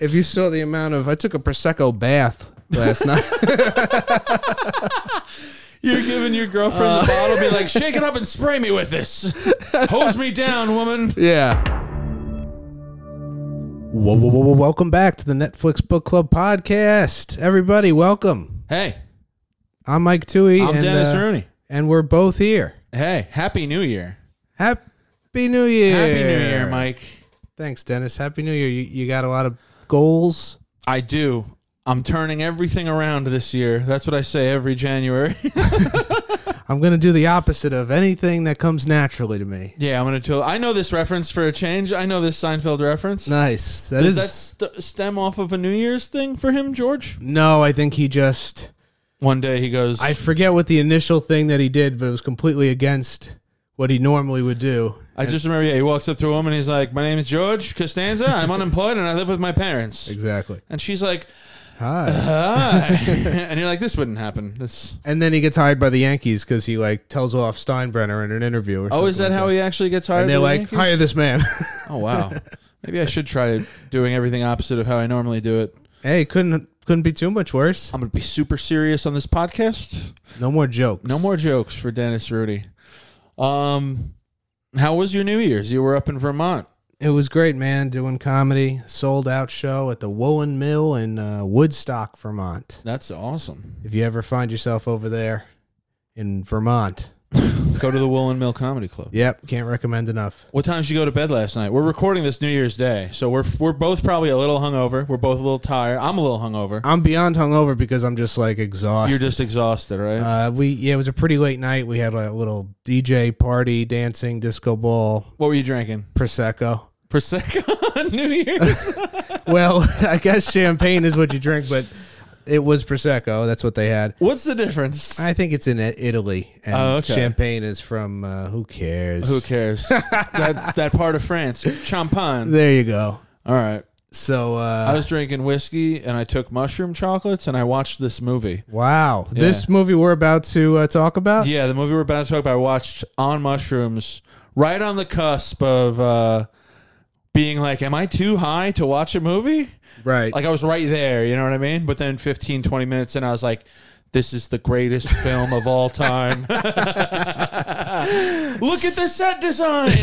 If you saw the amount of, I took a prosecco bath last night. You're giving your girlfriend Uh, the bottle, be like, shake it up and spray me with this. Hose me down, woman. Yeah. Whoa, whoa, whoa, whoa, Welcome back to the Netflix Book Club podcast, everybody. Welcome. Hey, I'm Mike Tui. I'm Dennis uh, Rooney. and we're both here. Hey, happy New Year. Happy New Year! Happy New Year, Mike. Thanks, Dennis. Happy New Year. You, you got a lot of goals. I do. I'm turning everything around this year. That's what I say every January. I'm gonna do the opposite of anything that comes naturally to me. yeah, I'm gonna tell. I know this reference for a change. I know this Seinfeld reference. Nice. That Does is. that st- stem off of a New Year's thing for him, George? no, I think he just. One day he goes, I I forget what the initial thing that he did, but it was completely against what he normally would do. just remember, yeah, he walks up to a woman. He's like, My name is George Costanza. I'm unemployed and I live with my parents. Exactly. And she's like, Hi. Hi. Ah. and you're like, this wouldn't happen. This. And then he gets hired by the Yankees because he like tells off Steinbrenner in an interview. Or Oh, something is that like how he actually gets hired? And they're by the like, Yankees? hire this man. Oh wow. Maybe I should try doing everything opposite of how I normally do it. hey, couldn't couldn't be too much worse. I'm gonna be super serious on this podcast. No more jokes. No more jokes for Dennis Rudy. Um, how was your New Year's? You were up in Vermont. It was great, man. Doing comedy, sold out show at the Woolen Mill in uh, Woodstock, Vermont. That's awesome. If you ever find yourself over there in Vermont, Go to the Woolen Mill Comedy Club. yep, can't recommend enough. What time did you go to bed last night? We're recording this New Year's Day, so we're we're both probably a little hungover. We're both a little tired. I'm a little hungover. I'm beyond hungover because I'm just like exhausted. You're just exhausted, right? Uh, we yeah, it was a pretty late night. We had like, a little DJ party, dancing, disco ball, what were you drinking? prosecco. Prosecco on New Year's. Well, I guess champagne is what you drink, but it was prosecco. That's what they had. What's the difference? I think it's in I- Italy, and Oh, okay. champagne is from uh, who cares? Who cares? that that part of France, champagne. There you go. All right. So uh, I was drinking whiskey and I took mushroom chocolates and I watched this movie. wow, Yeah. this movie we're about to uh, talk about. Yeah, the movie we're about to talk about, I watched on mushrooms, right on the cusp of uh, being like, am I too high to watch a movie? Right. Like I was right there, you know what I mean? But then 15, 20 minutes in, I was like, this is the greatest film of all time. Look at the set design.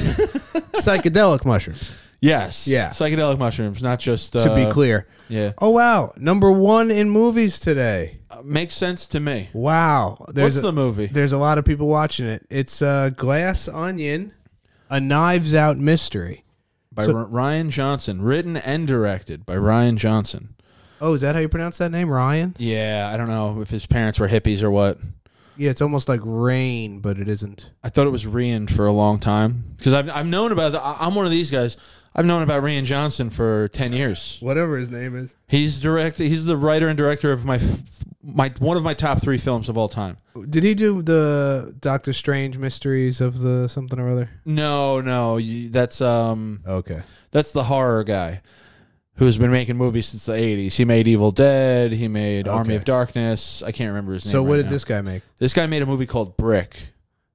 psychedelic mushrooms. yes. Yeah. Psychedelic mushrooms, not just. Uh, To be clear. Yeah. Oh wow, number one in movies today. Uh, Makes sense to me. Wow, there's What's a, the movie? there's a lot of people watching it. It's uh, Glass Onion, a Knives Out mystery. By R- Ryan Johnson, written and directed by Ryan Johnson. Oh, is that how you pronounce that name, Ryan? Yeah, I don't know if his parents were hippies or what. Yeah, it's almost like rain, but it isn't. I thought it was Rian for a long time because I've, I've known about. The, I- I'm one of these guys. I've known about Rian Johnson for ten years. Whatever his name is. He's direct. He's the writer and director of my f- my one of my top three films of all time. Did he do the Doctor Strange mysteries of the something or other? No, no, you, that's um Okay. that's the horror guy who's been making movies since the 80s. He made Evil Dead. He made Army Okay. of Darkness. I can't remember his name. So what right did now. this guy make? This guy made a movie called Brick,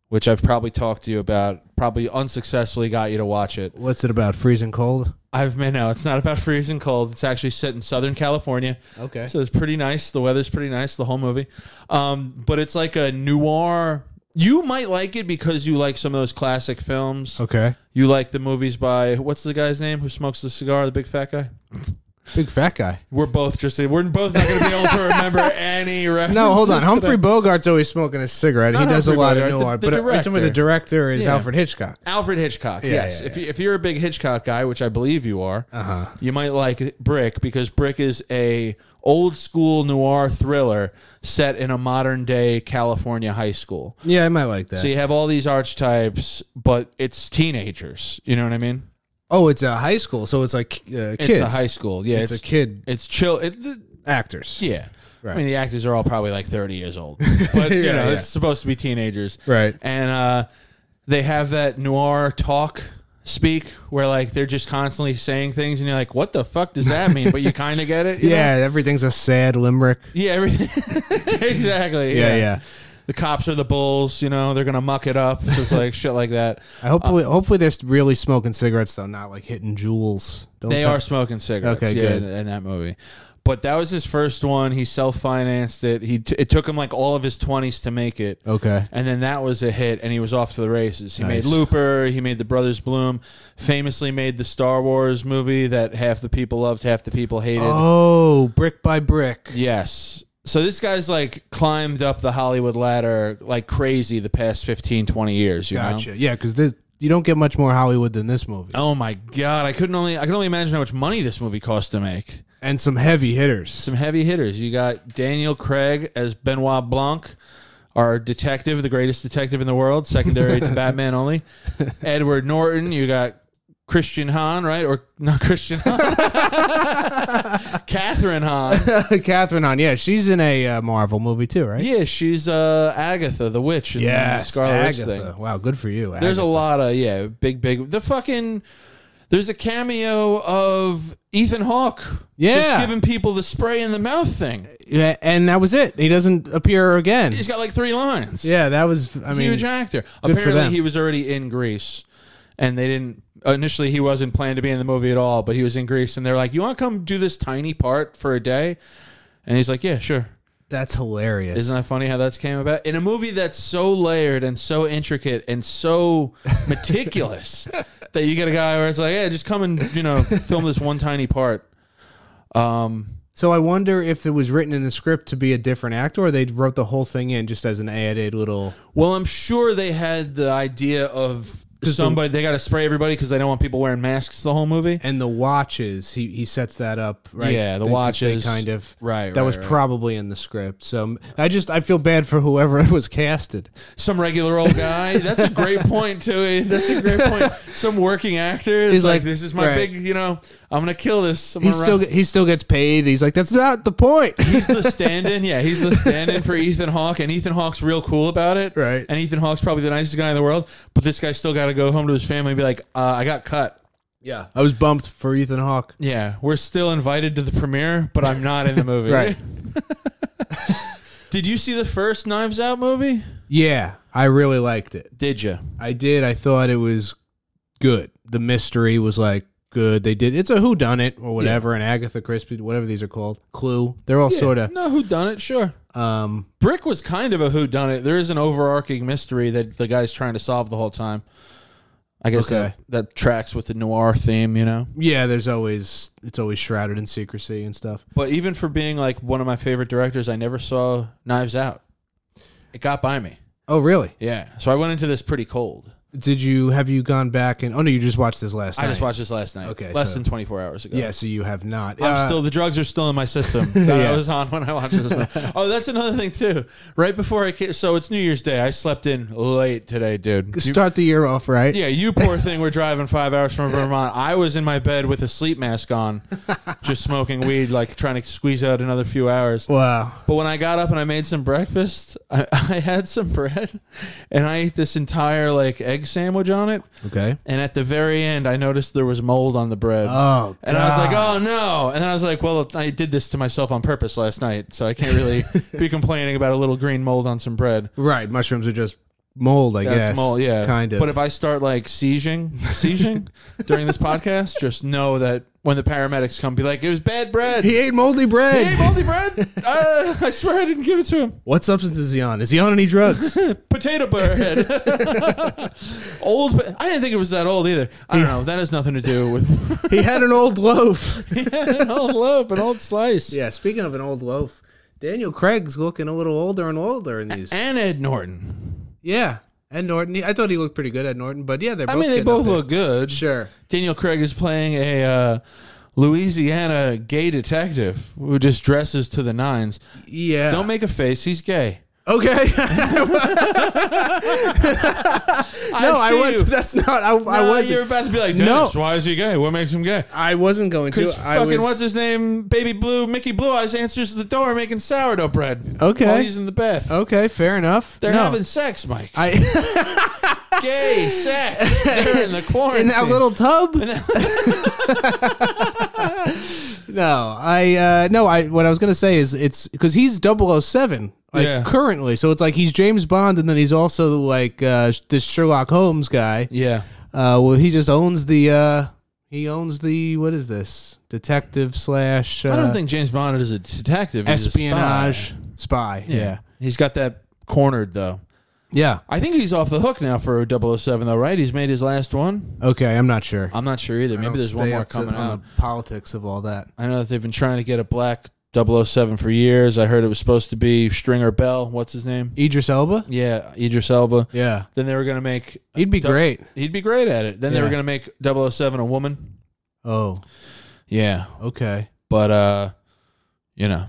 which I've probably talked to you about, probably unsuccessfully got you to watch it. What's it about? Freezing cold. I've been, no, it's not about freezing cold. It's actually set in Southern California. Okay. So it's pretty nice. The weather's pretty nice, the whole movie. Um, but it's like a noir. You might like it because you like some of those classic films. Okay. You like the movies by, what's the guy's name who smokes the cigar, the big fat guy? Big fat guy. We're both just, we're both not going to be able to remember any references. No, hold on. to Humphrey that. Bogart's always smoking a cigarette. Not he does Humphrey a lot Bogart, of the- noir, the but I'm talking about the director is Yeah. Alfred Hitchcock. Alfred Hitchcock. Yeah, yes, yeah, if you if you're a big Hitchcock guy, which I believe you are, Uh-huh. you might like Brick because Brick is a old school noir thriller set in a modern day California high school. Yeah, I might like that. So you have all these archetypes, but it's teenagers. You know what I mean? oh, it's a high school, so it's like uh, kids. It's a high school. Yeah, It's, a kid It's chill. It, th- actors. yeah. I Right. mean, the actors are all probably like 30 years old, but you Yeah, know, yeah. it's supposed to be teenagers. Right. and uh, they have that noir talk speak where like they're just constantly saying things and you're like what the fuck does that mean but you kind of get it you Yeah, know? everything's a sad limerick. yeah everything exactly Yeah, yeah. the cops are the bulls. You know, they're gonna muck it up. It's like shit like that. I hopefully, Uh, hopefully they're really smoking cigarettes though, not like hitting jewels. Don't They tell- are smoking cigarettes. Okay, yeah, good. In, in that movie. But that was his first one. He self financed it. He t- it took him like all of his twenties to make it. Okay. And then that was a hit, and he was off to the races. He made Nice. Looper, he made The Brothers Bloom, famously made the Star Wars movie that half the people loved, half the people hated. Oh, brick by brick. Yes. So this guy's like climbed up the Hollywood ladder like crazy the past 15, 20 years, you know? Gotcha. Yeah, because this you don't get much more Hollywood than this movie, Oh my god, I couldn't only I can only imagine how much money this movie cost to make. and some heavy hitters. Some heavy hitters. You got Daniel Craig as Benoit Blanc, our detective, the greatest detective in the world, secondary to Batman only. Edward Norton, you got Christian Hahn, right? Or not Christian Hahn. Catherine Hahn. Catherine on, yeah, she's in a uh, Marvel movie too, right? Yeah, she's uh, Agatha, the witch in the Yes, Scarlet Witch Agatha. thing. Wow, good for you. There's a Agatha. lot of yeah, big big. The fucking there's a cameo of Ethan Hawke. Yeah. just giving people the spray in the mouth thing. yeah, and that was it. He doesn't appear again. He's got like three lines. Yeah, that was. I mean, huge actor. good for Apparently, them. he was already in Greece, and they didn't. Initially, he wasn't planned to be in the movie at all, but he was in Greece, and they're like, "You want to come do this tiny part for a day?" And he's like, "Yeah, sure." that's hilarious. Isn't that funny how that's came about? In a movie that's so layered and so intricate and so meticulous that you get a guy where it's like, yeah, just come and, you know, film this one tiny part. Um, so I wonder if it was written in the script to be a different actor, or they wrote the whole thing in just as an added little. well, I'm sure they had the idea of somebody, they got to spray everybody because they don't want people wearing masks the whole movie. And the watches, he he sets that up, right? Yeah, They- the 'cause watches. they kind of Right, That right, was right. probably in the script. So I just I feel bad for whoever was casted. Some regular old guy. That's a great point, too. That's a great point. Some working actor is He's like, like, this is my right. big, you know, I'm going to kill this. I'm He gonna still run- get- he still gets paid. He's like, that's not the point. he's the stand-in. Yeah, he's the stand-in for Ethan Hawke, and Ethan Hawke's real cool about it. Right. And Ethan Hawke's probably the nicest guy in the world, but this guy still got to go home to his family and be like, uh, "I got cut." yeah, I was bumped for Ethan Hawke. Yeah, we're still invited to the premiere, but I'm not in the movie. Right. Did you see the first Knives Out movie? Yeah, I really liked it. Did you? I did. I thought it was good. The mystery was like good. They did. It's a who done it or whatever, and Agatha Christie, whatever these are called. Clue. They're all sort of. No, who done it? Sure. Um, Brick was kind of a who done it. There is an overarching mystery that the guy's trying to solve the whole time. I guess Okay. that, that tracks with the noir theme, you know. yeah, there's always it's always shrouded in secrecy and stuff. But even for being like one of my favorite directors, I never saw Knives Out. It got by me. Oh, really? Yeah. So I went into this pretty cold. Did you have you gone back and? Oh no, you just watched this last I night. just watched this last night. Okay, Less so- than 24 hours ago. Yeah, so you have not. I'm Uh, still the drugs are still in my system that I Yeah. was on when I watched this. movie. oh, that's another thing too. Right before I came, so it's New Year's Day. I slept in late today, dude. You- start the year off right. yeah, you poor thing were driving five hours from Vermont. I was in my bed with a sleep mask on, just smoking weed, like trying to squeeze out another few hours. Wow. But when I got up and I made some breakfast, I, I had some bread and I ate this entire like egg sandwich on it. Okay. And at the very end, I noticed there was mold on the bread. Oh, and I was like, God. oh no. And I was like, well, I did this to myself on purpose last night. So I can't really be complaining about a little green mold on some bread. Right. Mushrooms are just oh. mold, I That's guess. mold, yeah. Kind of. But if I start like seizing, seizing during this podcast, just know that when the paramedics come, be like, it was bad bread. he ate moldy bread. Hey, moldy bread! Uh, I swear I didn't give it to him. What substance is he on? Is he on any drugs? potato burhead. old. I didn't think it was that old either. I don't know. That has nothing to do with he had an old loaf. an old loaf, an old slice. Yeah, speaking of an old loaf, Daniel Craig's looking a little older and older in these. And Ed Norton. yeah, and Norton. he- I thought he looked pretty good at Norton, but yeah, they're. I Both mean, they getting up both there. look good. sure. Daniel Craig is playing a uh, Louisiana gay detective who just dresses to the nines. Yeah. Don't make a face. He's gay. okay. No, no, I was. That's not. I, I You're wasn't. about to be like, No. no. Why is he gay? What makes him gay? I wasn't going to. Because I fucking was. what's his name, Baby Blue, Mickey Blue Eyes answers the door making sourdough bread. Okay. while he's in the bath. okay, fair enough. They're No. having sex, Mike. I Gay sex. They're in the quarantine. in that little tub. No, I uh no, I what I was going to say is it's cuz he's 007 like Yeah. currently. So it's like he's James Bond and then he's also like uh this Sherlock Holmes guy. Yeah. Uh well he just owns the uh he owns the what is this? Detective slash uh, I don't think James Bond is a detective. He's a spy. espionage spy. Yeah. He's got that cornered though. Yeah. I think he's off the hook now for 007 though, right? He's made his last one. Okay, I'm not sure. I'm not sure either. I don't Uh, Maybe there's one stay more up to- coming on out. the politics of all that. I know that they've been trying to get a black 007 for years. I heard it was supposed to be Stringer Bell. What's his name? Idris Elba? Yeah, Idris Elba. Yeah. Then they were going to make He'd be Doug- great. He'd be great at it. Then they were Yeah. going to make 007 a woman. Oh, Yeah. okay. But uh you know.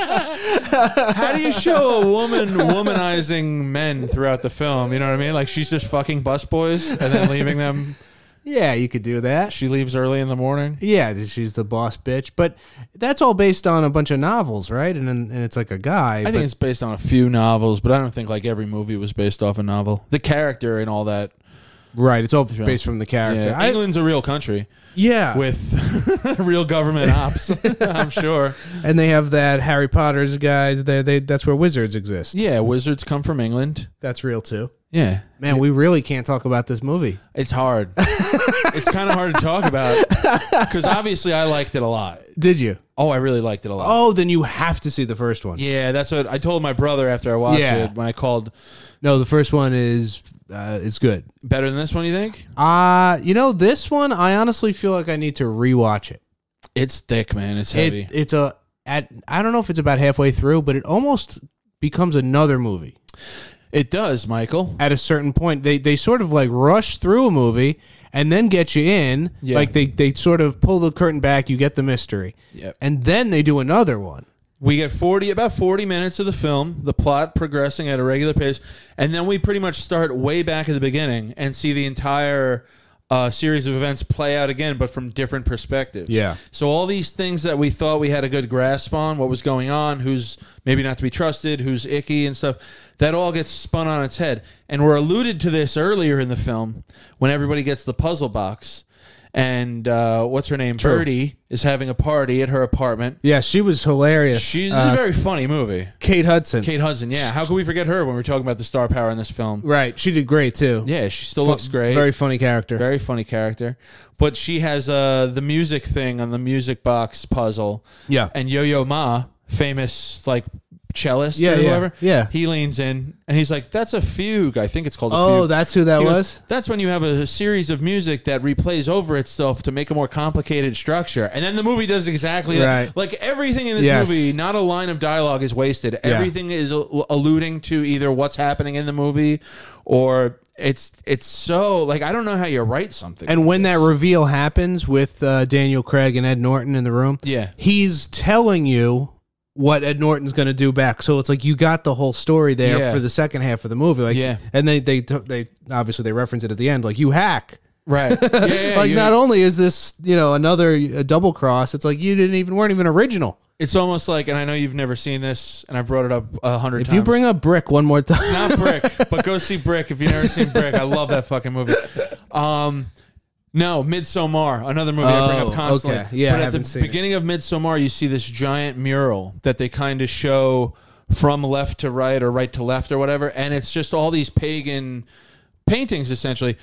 How do you show a woman womanizing men throughout the film? You know what I mean? Like she's just fucking busboys and then leaving them. Yeah, you could do that. She leaves early in the morning. Yeah, she's the boss bitch, but that's all based on a bunch of novels, right? And and it's like a guy. I think it's based on a few novels, but I don't think like every movie was based off a novel. The character and all that. right. It's all based from the character. Yeah. I- England's a real country yeah. with real government ops. I'm sure. and they have that Harry Potter's guys. They they that's where wizards exist. Yeah, wizards come from England. That's real too. Yeah, Man, we really can't talk about this movie. It's hard. it's kind of hard to talk about because obviously I liked it a lot. Did you? Oh, I really liked it a lot. Oh, then you have to see the first one. Yeah, that's what I told my brother after I watched Yeah. it when I called. No, the first one is uh, it's good. Better than this one, you think? Uh, you know, this one I honestly feel like I need to rewatch it. It's thick, man. It's heavy. It it's a at I don't know if it's about halfway through, but it almost becomes another movie. it does, Michael. at a certain point they they sort of like rush through a movie and then get you in Yeah. like they they sort of pull the curtain back you get the mystery Yep. and then they do another one We get 40 about 40 minutes of the film, the plot progressing at a regular pace, and then we pretty much start way back at the beginning and see the entire uh, series of events play out again but from different perspectives. Yeah. So all these things that we thought we had a good grasp on, what was going on, who's maybe not to be trusted, who's icky and stuff, that all gets spun on its head. And we're alluded to this earlier in the film when everybody gets the puzzle box. And uh, what's her name? Birdie is having a party at her apartment. yeah she was hilarious She's a very funny movie. kate hudson Uh, Kate Hudson, yeah. How could we forget her when we're talking about the star power in this film? right she did great too Yeah, she still looks great. Very, very funny character funny character. But she has uh, the music thing on the music box puzzle. yeah And Yo Yo Ma, famous like cellist Yeah, or yeah, whoever, yeah. he leans in and he's like, "That's a fugue. I think it's called a oh fugue." that's who that He goes, was That's when you have a series of music that replays over itself to make a more complicated structure, and then the movie does exactly Right. that. Like everything in this Yes. movie, not a line of dialogue is wasted. Everything is al- alluding to either what's happening in the movie, or it's it's so like I don't know how you write something. and like when this. that reveal happens with uh, daniel craig and ed norton in the room yeah, he's telling you what Ed Norton's going to do back. So it's like you got the whole story there Yeah. for the second half of the movie. Like, Yeah. and they they took- they obviously they reference it at the end. Like you hack. right, yeah, yeah, like you- not only is this you know another uh double cross, it's like you didn't even weren't even original. it's almost like, and I know you've never seen this, and I brought it up a hundred If times. you bring up Brick one more time, not Brick, but go see Brick if you've never seen Brick. I love that fucking movie. Um, no, Midsommar, another movie I bring Oh, up constantly. okay. Yeah, I but at haven't the seen it. beginning of Midsommar, you see this giant mural that they kind of show from left to right or right to left or whatever, and it's just all these pagan paintings essentially.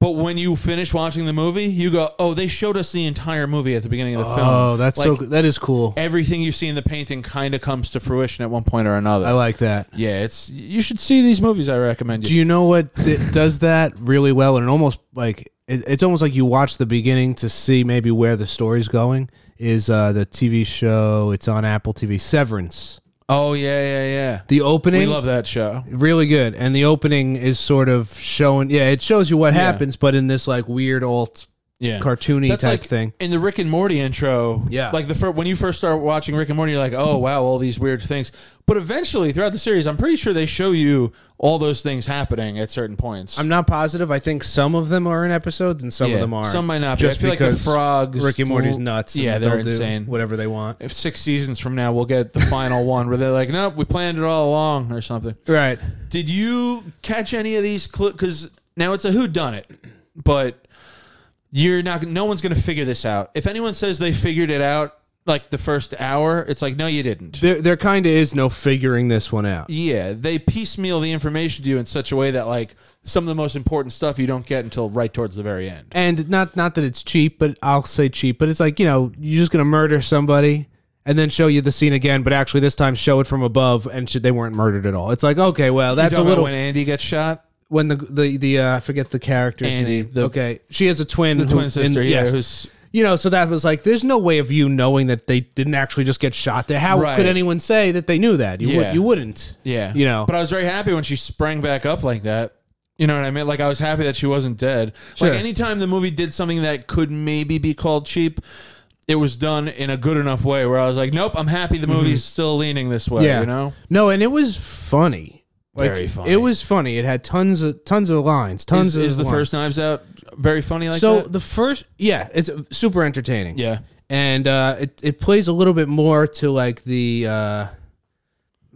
But when you finish watching the movie, you go, "Oh, they showed us the entire movie at the beginning of the film." oh, that's so Like, so that is cool. Everything you see in the painting kind of comes to fruition at one point or another. I like that. yeah, it's you should see these movies. I recommend Do you know what th- does that really well? And it almost like it, it's almost like you watch the beginning to see maybe where the story's going. Is uh, the TV show? It's on Apple TV. Severance. Oh yeah, yeah, yeah. The opening, We love that show. really good, and the opening is sort of showing. Yeah, it shows you what Yeah. happens, but in this like weird alt Yeah, cartoony type thing. in the Rick and Morty intro. Yeah. like the fir- when you first start watching Rick and Morty, you're like, oh wow, all these weird things. But eventually, throughout the series, I'm pretty sure they show you all those things happening at certain points. I'm not positive. I think some of them are in episodes, and some Yeah, of them aren't. some might not be. I Just feel like the because frogs Rick and Morty's do- nuts. Yeah, and they're they'll do insane. Whatever they want. if six seasons from now we'll get the final one where they're like, nope, we planned it all along or something. Right. Did you catch any of these clues? Because now it's a who done it, but you're not no one's going to figure this out. If anyone says they figured it out like the first hour, it's like no you didn't. There, there kind of is no figuring this one out. yeah, they piecemeal the information to you in such a way that like some of the most important stuff you don't get until right towards the very end. and not not that it's cheap, but I'll say cheap. But it's like you know, you're just gonna murder somebody and then show you the scene again, but actually this time show it from above and shit, they weren't murdered at all. It's like okay, well that's a Talking about little when Andy gets shot. when the the the uh, I forget the character's Andy, name. the- okay, she has a twin, the twin sister, yeah, who's- you know, so that was like, there's no way of you knowing that they didn't actually just get shot there. How Right. could anyone say that they knew that? You Yeah. would, you wouldn't. Yeah. you know. But uh, I was very happy when she sprang back up like that. You know what I mean? Like I was happy that she wasn't dead. Sure. Like anytime the movie did something that could maybe be called cheap, it was done in a good enough way where I was like, Nope, I'm happy the movie's still leaning this way, Mm-hmm. yeah, you know? No, and it was funny. Like, Very funny. It was funny. It had tons of tons of lines. Tons Is, of is the lines. first knives out very funny like so that? the first yeah it's super entertaining yeah. and uh it, it plays a little bit more to like the uh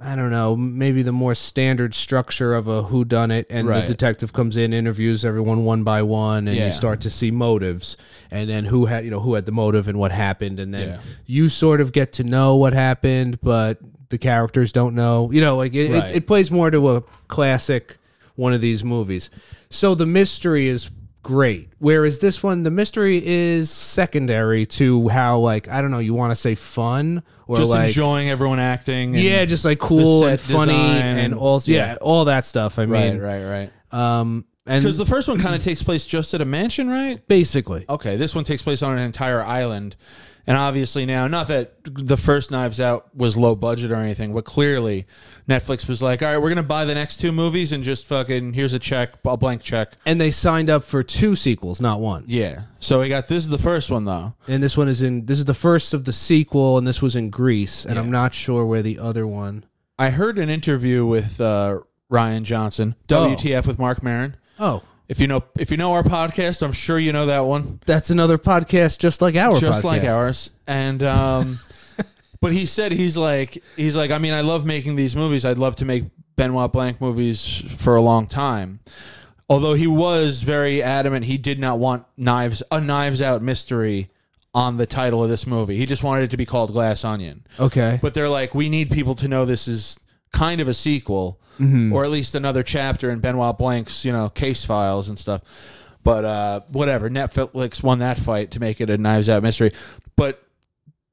i don't know maybe the more standard structure of a who done it and Right. the detective comes in interviews everyone one by one and Yeah. you start to see motives and then who had you know who had the motive and what happened and then Yeah. you sort of get to know what happened but the characters don't know you know like it, Right. it, it plays more to a classic one of these movies. So the mystery is great. Whereas this one, the mystery is secondary to how like I don't know, you want to say fun or Just like enjoying everyone acting. and- yeah, just like cool set and funny design and and- all yeah, yeah. all that stuff. I Right, mean, right, right. um, and Because the first one kind of takes place just at a mansion, right? basically, Okay, this one takes place on an entire island. And obviously now, not that the first Knives Out was low budget or anything, but clearly Netflix was like, all right, we're going to buy the next two movies and just fucking, here's a check, a blank check. and they signed up for two sequels, not one. Yeah. So we got, this is the first one though. And this one is in this is the first of the sequel, and this was in Greece, and I'm not sure where the other one. I heard an interview with uh, Ryan Johnson, WTF with Mark Marin. Oh, If you know, if you know our podcast, I'm sure you know that one. that's another podcast just like our just podcast. like ours. And um, but he said he's like he's like I mean I love making these movies. I'd love to make Benoit Blanc movies for a long time. Although he was very adamant, he did not want knives a knives out mystery on the title of this movie. He just wanted it to be called Glass Onion. Okay. But they're like, we need people to know this is kind of a sequel, or at least another chapter in Benoit Blanc's, you know, case files and stuff. But uh, whatever, Netflix won that fight to make it a Knives Out mystery. But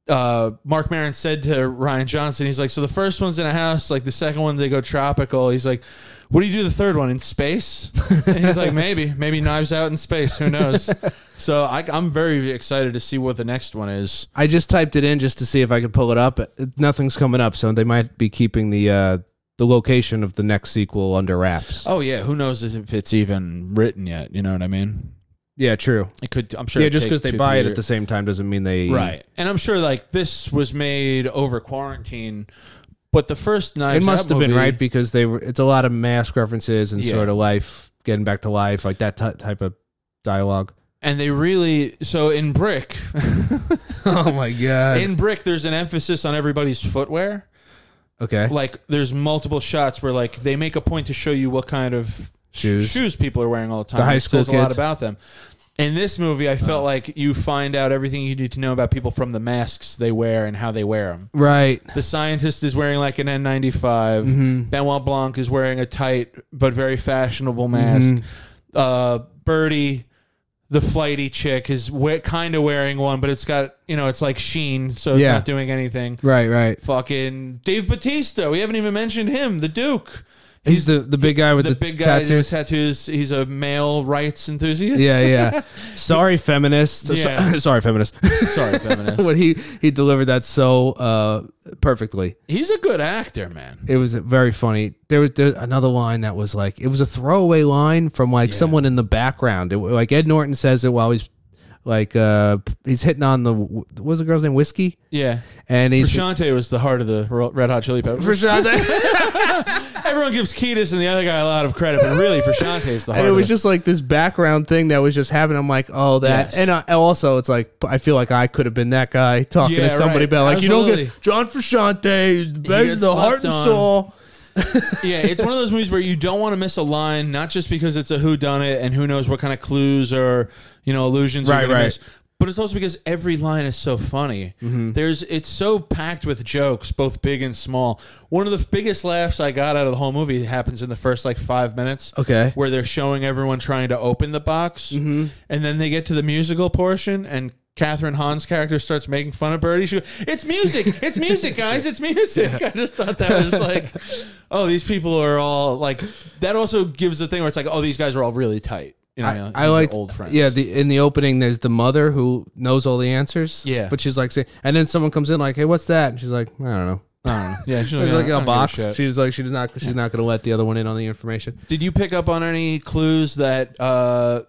uh, Mark Maron said to Ryan Johnson, he's like, so the first one's in a house, like the second one they go tropical. He's like, what do you do the third one in space? and he's like, maybe, maybe Knives Out in space. Who knows? so I, I'm very excited to see what the next one is. I just typed it in just to see if I could pull it up. Nothing's coming up, so they might be keeping the uh, the location of the next sequel under wraps. Oh yeah, who knows if it's even written yet? You know what I mean? Yeah, true. It could. I'm sure. Yeah, it'd just take because they two, buy three it at years. the same time doesn't mean they right, and I'm sure like this was made over quarantine, but the first It Knives must Out have been movie- right because they were. It's a lot of mask references and Yeah. sort of life getting back to life, like that ty type of dialogue. and they really so in Brick, oh my god. in Brick, there's an emphasis on everybody's footwear. okay. Like there's multiple shots where like they make a point to show you what kind of Shoes. shoes people are wearing all the time. The high It school says a lot kids. Oh. about them. In this movie, I felt like you find out everything you need to know about people from the masks they wear and how they wear them. Right. The scientist is wearing like an N95. Mm-hmm. Benoit Blanc is wearing a tight but very fashionable mask. Mm-hmm. Uh, Birdie, the flighty chick, is we- kind of wearing one, but it's got you know it's like sheen, so it's Yeah. not doing anything. Right. Right. Fucking Dave Batista, we haven't even mentioned him. The Duke, He's the the big guy with the, the, big guy tattoos. tattoos. tattoos. He's a male rights enthusiast. Yeah, yeah. Sorry, feminists. So- Yeah. sorry, feminists. Sorry, but feminist. he he delivered that so uh, perfectly. He's a good actor, man. It was very funny. There was there, another line that was like it was a throwaway line from like someone in the background. It, like Ed Norton says it while he's like uh, he's hitting on the what was the girl's name whiskey Yeah. and he's Shante was the heart of the Ro- Red Hot Chili Peppers. Frusciante. Everyone gives Kiedis and the other guy a lot of credit, but really, for Shantae's the heart. and it of was just like this background thing that was just happening. I'm like, oh, that, Yes. and I, also it's like I feel like I could have been that guy talking to Yeah, somebody right. about like you don't Absolutely. get John Frusciante, he's the gets best- the heart slept and on. soul. yeah, it's one of those movies where you don't want to miss a line, not just because it's a who done it and who knows what kind of clues or you know illusions Right, you're gonna right. Mm-hmm. miss, but it's also because every line is so funny. There's it's so packed with jokes, both big and small. One of the biggest laughs I got out of the whole movie happens in the first like five minutes. Okay. Mm-hmm. where they're showing everyone trying to open the box, and then they get to the musical portion and. Catherine Hahn's character starts making fun of Birdie. She goes, "It's music! It's music, guys! It's music!" I just thought that was like, oh, these people are all like. That also gives the thing where it's like, oh, these guys are all really tight. You know, you know, I, I these are like old friends. Yeah, the, in the opening, there's the mother who knows all the answers. Yeah. but she's like, saying, and then someone comes in like, "Hey, what's that?" And she's like, "I don't know." Um, yeah. She's There's like like, "I don't a give box. shit." She's like, she's not, she's not gonna let the other one in on the information. Did you pick up on any clues that? uh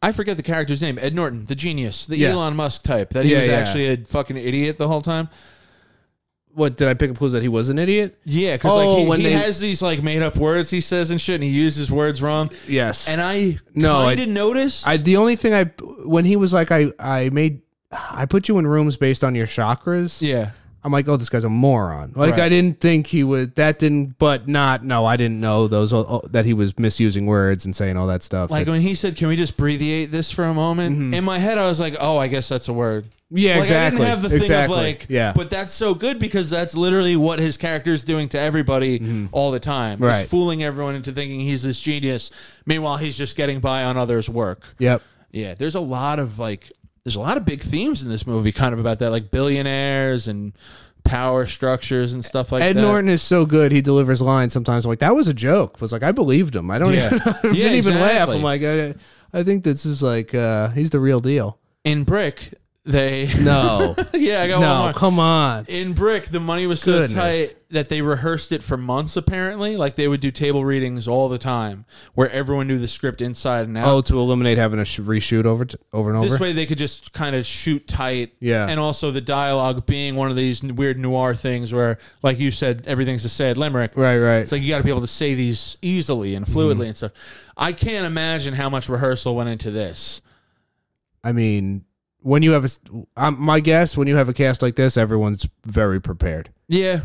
I forget the character's name. Ed Norton, the genius, the Yeah. Elon Musk type. That he Yeah, was yeah. actually a fucking idiot the whole time. What did I pick up? Clues that he was an idiot? Yeah, because Oh, like he, when he they- has these like made up words he says and shit, and he uses words wrong. Yes. And I No, I- kind of noticed. I the only thing I when he was like I I made I put you in rooms based on your chakras. yeah, I'm like, oh, this guy's a moron. Like Right. I didn't think he was that didn't, but not no, I didn't know those oh, that he was misusing words and saying all that stuff. like when he said, "Can we just breathiate this for a moment?" In my head, I was like, "Oh, I guess that's a word." Mm-hmm. yeah, Like, exactly. I didn't have the thing exactly. of like, yeah, But that's so good because that's literally what his character is doing to everybody all the time. Mm-hmm. Right. He's fooling everyone into thinking he's this genius. Meanwhile, he's just getting by on others' work. yep. Yeah, there's a lot of like, there's a lot of big themes in this movie, kind of about that, like billionaires and power structures and stuff like Ed that. Norton is so good. He delivers lines sometimes. I'm like that was a joke. I was like I believed him. I don't Yeah. even I didn't Yeah, even laugh. exactly. I'm like I, I think this is like uh, he's the real deal. in Brick, they No, yeah, I got one no, more. come on. In Brick, the money was so Goodness. tight that they rehearsed it for months. Apparently, like they would do table readings all the time, where everyone knew the script inside and out. Oh, to eliminate having to sh- reshoot over t- over and over. This way, they could just kind of shoot tight. Yeah. And also the dialogue being one of these n- weird noir things where, like you said, everything's a sad limerick. Right, Mm-hmm. right. It's like you got to be able to say these easily and fluidly and stuff. I can't imagine how much rehearsal went into this. I mean, when you have a, s- um, my guess when you have a cast like this, everyone's very prepared. Yeah.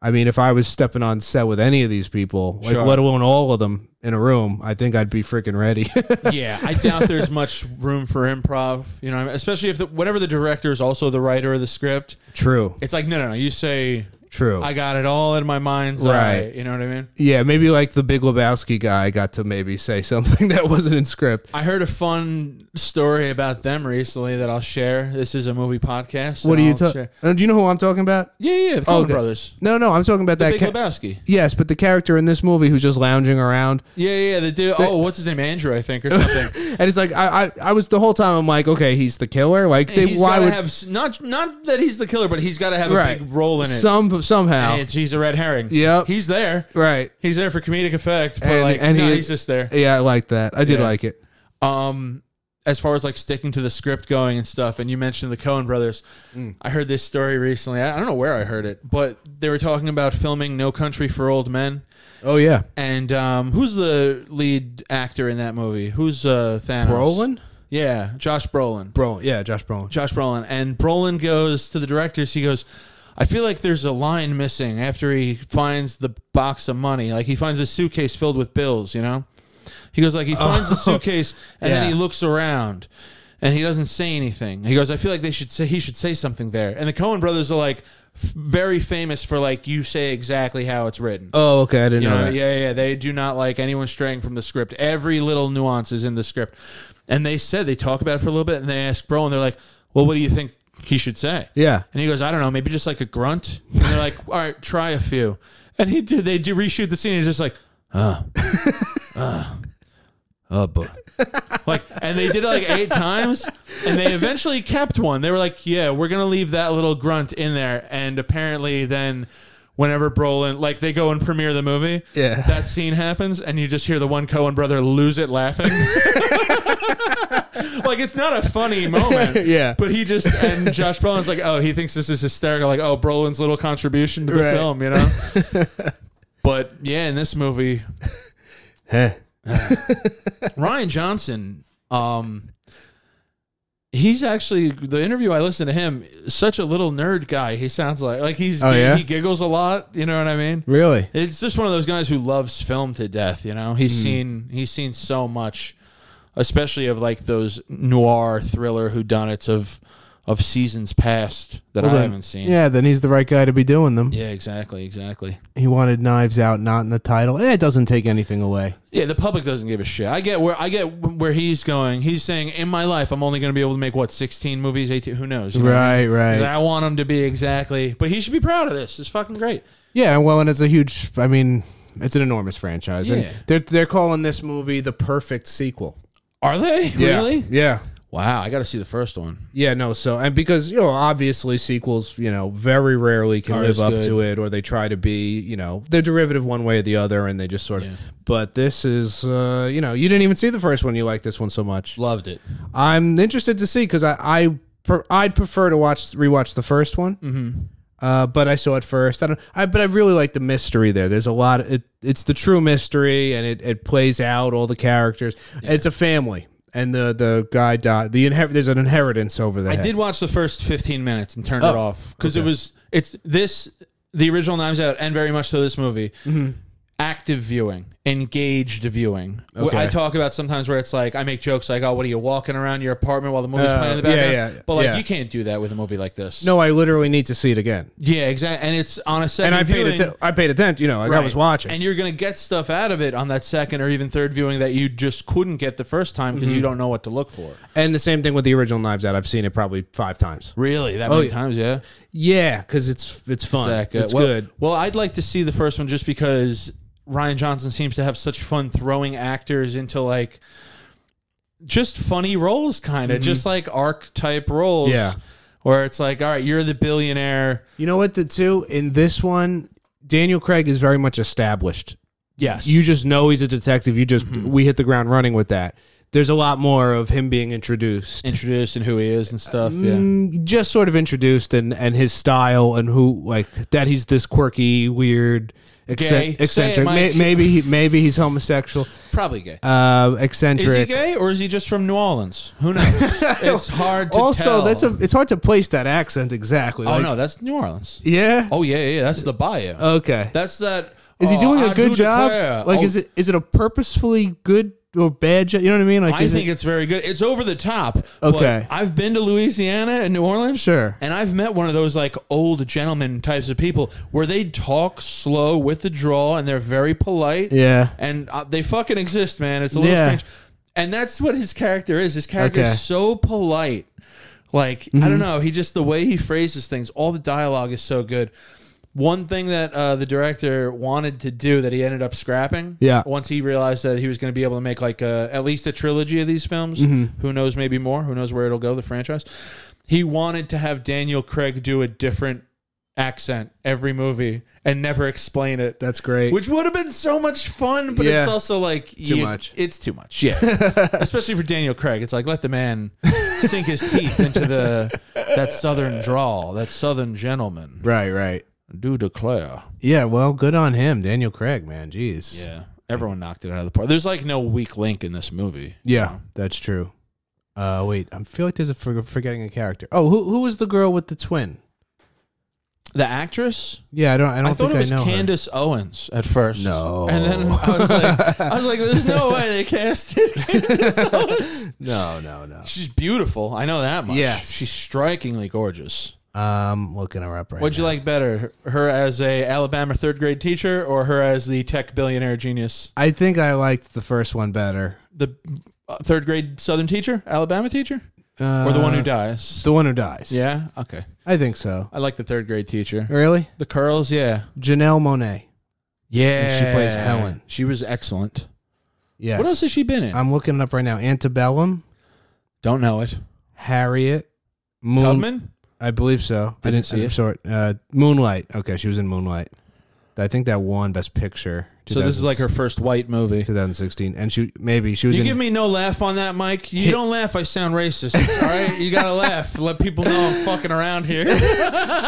I mean, if I was stepping on set with any of these people, like Sure. let alone all of them in a room, I think I'd be freaking ready. Yeah. I doubt there's much room for improv, you know, especially if the, whatever the director is also the writer of the script. true, It's like, no, no, no. You say, true. I got it all in my mind's eye. Oh. Right. You know what I mean? yeah, maybe like the Big Lebowski guy got to maybe say something that wasn't in script. I heard a fun story about them recently that I'll share. This is a movie podcast. What and are you I'll talking? share- Do you know who I'm talking about? Yeah, yeah, the Coen okay. Brothers. No, no, I'm talking about that. Big ca- Lebowski. yes, but the character in this movie who's just lounging around. Yeah, yeah, the dude. Oh, what's his name? Andrew, I think, or something. And it's like I, I, I was the whole time. I'm like, okay, he's the killer. Like, they, he's why got to would have s- not not that he's the killer, but he's got to have a big role in it. Some somehow, And it's, he's a red herring. Yep. he's there. right? He's there for comedic effect, but And- like, and no, he- he's just there. Yeah, I like that. I did Yeah. like it. um as far as like sticking to the script going and stuff and you mentioned the cohen brothers i heard this story recently I, I don't know where i heard it but they were talking about filming no country for old men Oh yeah, and um who's the lead actor in that movie who's uh thanos Brolin, yeah josh brolin Brolin, yeah, Josh Brolin. josh brolin and brolin goes to the directors he goes I feel like there's a line missing after he finds the box of money. Like he finds a suitcase filled with bills, you know? He goes like he finds the suitcase and then Yeah. he looks around and he doesn't say anything. He goes, I feel like they should say he should say something there. And the Cohen brothers are like f- very famous for like you say exactly how it's written. Oh okay, I didn't You know, know, that. yeah, yeah. They do not like anyone straying from the script. Every little nuance is in the script. And they said they talk about it for a little bit and they ask Bro and they're like, Well, what do you think he should say? Yeah. And he goes, I don't know, maybe just like a grunt. And they're like, All right, try a few. And he did they do reshoot the scene and he's just like, uh, uh, uh boy. Like and they did it like eight times and they eventually kept one. They were like, Yeah, we're gonna leave that little grunt in there. And apparently then whenever Brolin like they go and premiere the movie, Yeah. that scene happens and you just hear the one Cohen brother lose it laughing. like it's not a funny moment. Yeah. But he just and Josh Brolin's like, oh, he thinks this is hysterical. Like, oh, Brolin's little contribution to the Right. film, you know? but yeah, in this movie, Heh. Ryan Johnson, um he's actually the interview I listened to him. Such a little nerd guy. He sounds like like he's Oh, he, yeah? he giggles a lot. You know what I mean? Really? It's just one of those guys who loves film to death. You know, Hmm. he's seen he's seen so much, especially of like those noir thriller whodunits of of seasons past that I haven't seen. Yeah, then he's the right guy to be doing them. Yeah, exactly, exactly. He wanted Knives Out not in the title. Eh, it doesn't take anything away. Yeah, the public doesn't give a shit. I get where I get where he's going. He's saying, "In my life, I'm only going to be able to make what 16 movies, 18. Who knows? You know what I mean? Right, He's like, right. I want him to be exactly, but he should be proud of this. It's fucking great. Yeah, well, and it's a huge. I mean, it's an enormous franchise, and Yeah. they're they're calling this movie the perfect sequel. Are they really? Yeah. Wow, I got to see the first one. Yeah, no. So, and because you know, obviously, sequels, you know, very rarely can Are live as up good. to it, or they try to be, you know, they're derivative one way or the other, and they just sort of. Yeah. But this is, uh, you know, you didn't even see the first one. You like this one so much. Loved it. I'm interested to see because I, I, per, I'd prefer to watch rewatch the first one. Mm-hmm. Uh, but I saw it first. I don't. I but I really like the mystery there. There's a lot. It, it's the true mystery, and it, it plays out all the characters. It's a family, and the the guy died. The inher- there's an inheritance over there. I did watch the first 15 minutes and turned it Oh, off because it okay. was it's this the original Knives Out and very much so this movie. Mm-hmm. Active viewing, engaged viewing. Wh- Okay. I talk about sometimes where it's like I make jokes like, "Oh, what are you walking around your apartment while the movie's Uh, playing in the yeah, background?" yeah, but like yeah. you can't do that with a movie like this. No, I literally need to see it again. yeah, exactly. And it's on a And second I paid viewing, atten- I paid attention. You know, like I Right. was watching. And you're going to get stuff out of it on that second or even third viewing that you just couldn't get the first time because Mm-hmm. you don't know what to look for. and the same thing with the original Knives Out. I've seen it probably five times. Really? That many Oh, yeah. times, yeah. Yeah, because it's it's fun. Zach, uh, It's well, good. Well, I'd like to see the first one just because Ryan Johnson seems to have such fun throwing actors into like just funny roles kind of, just like archetype roles. Mm-hmm. Yeah. Where it's like, all right, you're the billionaire. You know what? The two in this one, Daniel Craig is very much established. Yes. You just know he's a detective. You just we hit the ground running with that. There's a lot more of him being introduced. introduced and who he is and stuff. yeah. Mm, just sort of introduced and and his style and who like that he's this quirky, weird, Gay. eccent- Say it, eccentric. May, Mike. maybe he, maybe he's homosexual. Probably gay. Uh, Is he eccentric. gay or is he just from New Orleans? Who knows? it's hard to also, tell. that's a it's hard to place that accent exactly. Oh like- no, that's New Orleans. yeah. Oh yeah, yeah, yeah, that's the bio. Okay. that's that. Is he oh, doing a I good do job? declare. Like, Oh, is it is it a purposefully good or bad job? You know what I mean? Like, I is think it, it's very good. It's over the top. Okay. but I've been to Louisiana and New Orleans. Sure. and I've met one of those like old gentleman types of people where they talk slow with the drawl and they're very polite. yeah. and uh, they fucking exist, man. It's a little Yeah. strange, and that's what his character is. His character Okay. Mm-hmm. is so polite. Like I don't know, he just the way he phrases things. All the dialogue is so good. One thing that uh, the director wanted to do that he ended up scrapping. Yeah. Once he realized that he was going to be able to make like a, at least a trilogy of these films. Mm-hmm. Who knows? Maybe more. Who knows where it'll go? The franchise. He wanted to have Daniel Craig do a different accent every movie and never explain it That's great. which would have been so much fun, but Yeah. it's also like too much. It's too much, yeah. Especially for Daniel Craig, it's like let the man sink his teeth into the that southern drawl, that southern gentleman. right, right. Do declare, Yeah, well, good on him, Daniel Craig, man. Jeez. yeah. Everyone knocked it out of the park. There's like no weak link in this movie. Yeah, that's true. Uh, wait, I feel like there's a for- forgetting a character. Oh, who who was the girl with the twin? The actress, Yeah, I don't. I don't I, thought think it was I know her. Candace Owens at first. No. and then I was like, I was like, there's no way they casted Candace Owens. No, no, no. She's beautiful. I know that much. Yes. she's strikingly gorgeous. Um, looking her up right. What'd you now. like better, her as a Alabama third grade teacher or her as the tech billionaire genius? I think I liked the first one better. The uh, third grade Southern teacher, Alabama teacher, Uh, or the one who dies? The one who dies. yeah, okay. I think so. I like the third grade teacher. Really, The curls, yeah, Janelle Monet. yeah. she plays Helen. She was excellent. Yes. Um, What else has she been in? I'm looking it up right now. Antebellum, Don't know it. Harriet, Moon. Tubman. I believe so. I Didn't didn't see see it. Short. Uh, Moonlight. Okay, she was in Moonlight. I think that won Best Picture. So this is like her first white movie. 2016, and she maybe she was You in. give me no laugh on that, Mike. You don't laugh. I sound racist. All right, you gotta laugh. Let people know I'm fucking around here.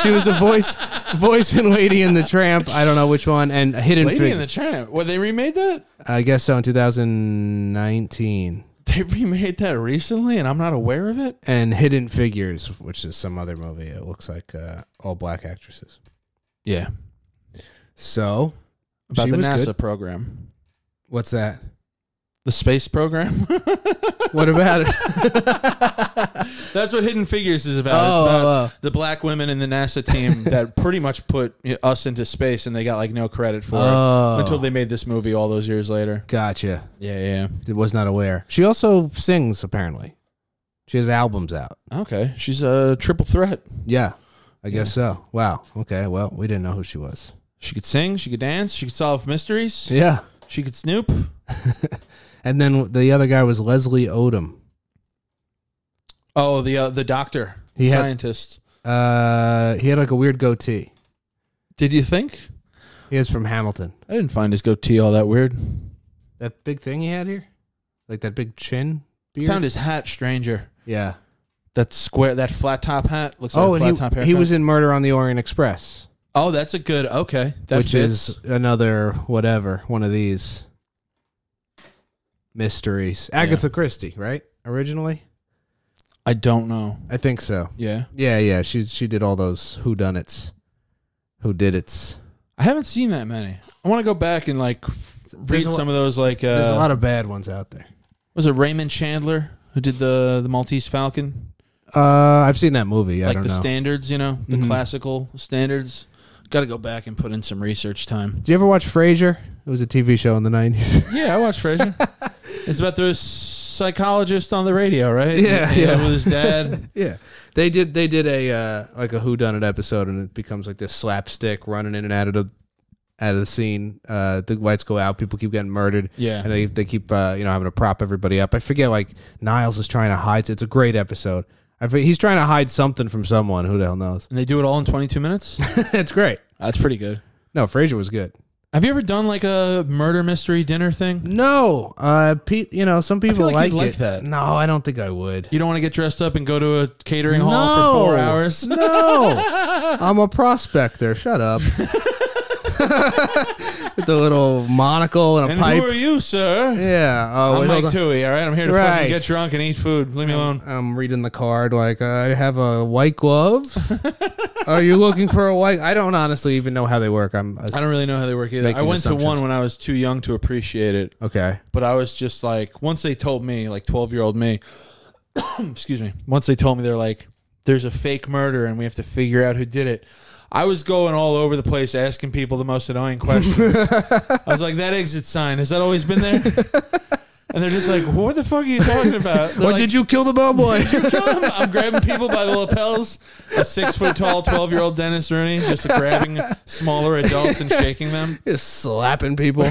she was a voice, voice in Lady in the Tramp. I don't know which one, and Hidden Lady in Figures. the Tramp. What they remade that? I guess so in 2019. They remade that recently, and I'm not aware of it. and Hidden Figures, which is some other movie. It looks like uh, all black actresses. Yeah, So about She the was NASA good. program, what's that? the space program. What about it? That's what Hidden Figures is about. Oh, it's about oh, oh. the black women in the NASA team that pretty much put you know, us into space, and they got like no credit for Oh. it until they made this movie all those years later. Gotcha. Yeah, yeah. It was not aware. She also sings apparently. She has albums out. Okay, she's a triple threat. Yeah, I guess so. Wow. Okay. Well, we didn't know who she was. She could sing, she could dance, she could solve mysteries, Yeah. she could snoop. And then the other guy was Leslie Odom. Oh, the uh, the doctor, He had- scientist. Uh, he had like a weird goatee. Did you think? He is from Hamilton. I didn't find his goatee all that weird. That big thing he had here, like that big chin beard. Found his hat, stranger. yeah. That square, that flat top hat looks like Oh, a flat and top he, haircut. he was in Murder on the Orient Express, Oh, that's a good. Okay, that which fits. is another whatever one of these mysteries. Agatha Christie, right? Originally, I don't know. I think so. Yeah, Yeah, yeah. She she did all those who done it's, who did it's. I haven't seen that many. I want to go back and like read a lo- some of those. Like, uh, There's a lot of bad ones out there. was it Raymond Chandler who did the the Maltese Falcon? Uh, I've seen that movie. I like don't the know. standards, you know, the Mhm. classical standards. Got to go back and put in some research time. Do you ever watch Frasier? It was a TV show in the nineties. Yeah, I watched Frasier. it's about the psychologist on the radio, right? Yeah, You know, yeah. with his dad. yeah, they did. They did a uh, like a Who Done It episode, and it becomes like this slapstick running in and out of the out of the scene. Uh, the lights go out. People keep getting murdered. Yeah. and they they keep uh, you know having to prop everybody up. I forget like Niles is trying to hide. It's a great episode. I forget, he's trying to hide something from someone. Who the hell knows? and they do it all in 22 minutes. it's great. That's pretty good. No, Frasier was good. Have you ever done like a murder mystery dinner thing? No, uh, pe- you know some people like like, you'd like it. that. No, I don't think I would. You don't want to get dressed up and go to a catering no. hall for four hours. No, I'm a prospector. Shut up. With the little monocle and a And pipe. who are you, sir? yeah. Oh, I'm wait, hold Mike on. Toohey. All right, I'm here to Right. fucking get drunk and eat food. Leave me alone. I'm reading the card like uh, I have a white glove. are you looking for a white? I don't honestly even know how they work. I'm uh, I don't really know how they work either. I Making went to assumptions. one when I was too young to appreciate it, okay. but I was just like, once they told me, like 12 year old me, excuse me, once they told me they're like, there's a fake murder and we have to figure out who did it. I was going all over the place asking people the most annoying questions. I was like, that exit sign, has that always been there? And they're just like, what the fuck are you talking about? They're What like, did you kill the bellboy? kill him. I'm grabbing people by the lapels. A six foot tall, 12 year old Dennis Rooney just grabbing smaller adults and shaking them. Just slapping people.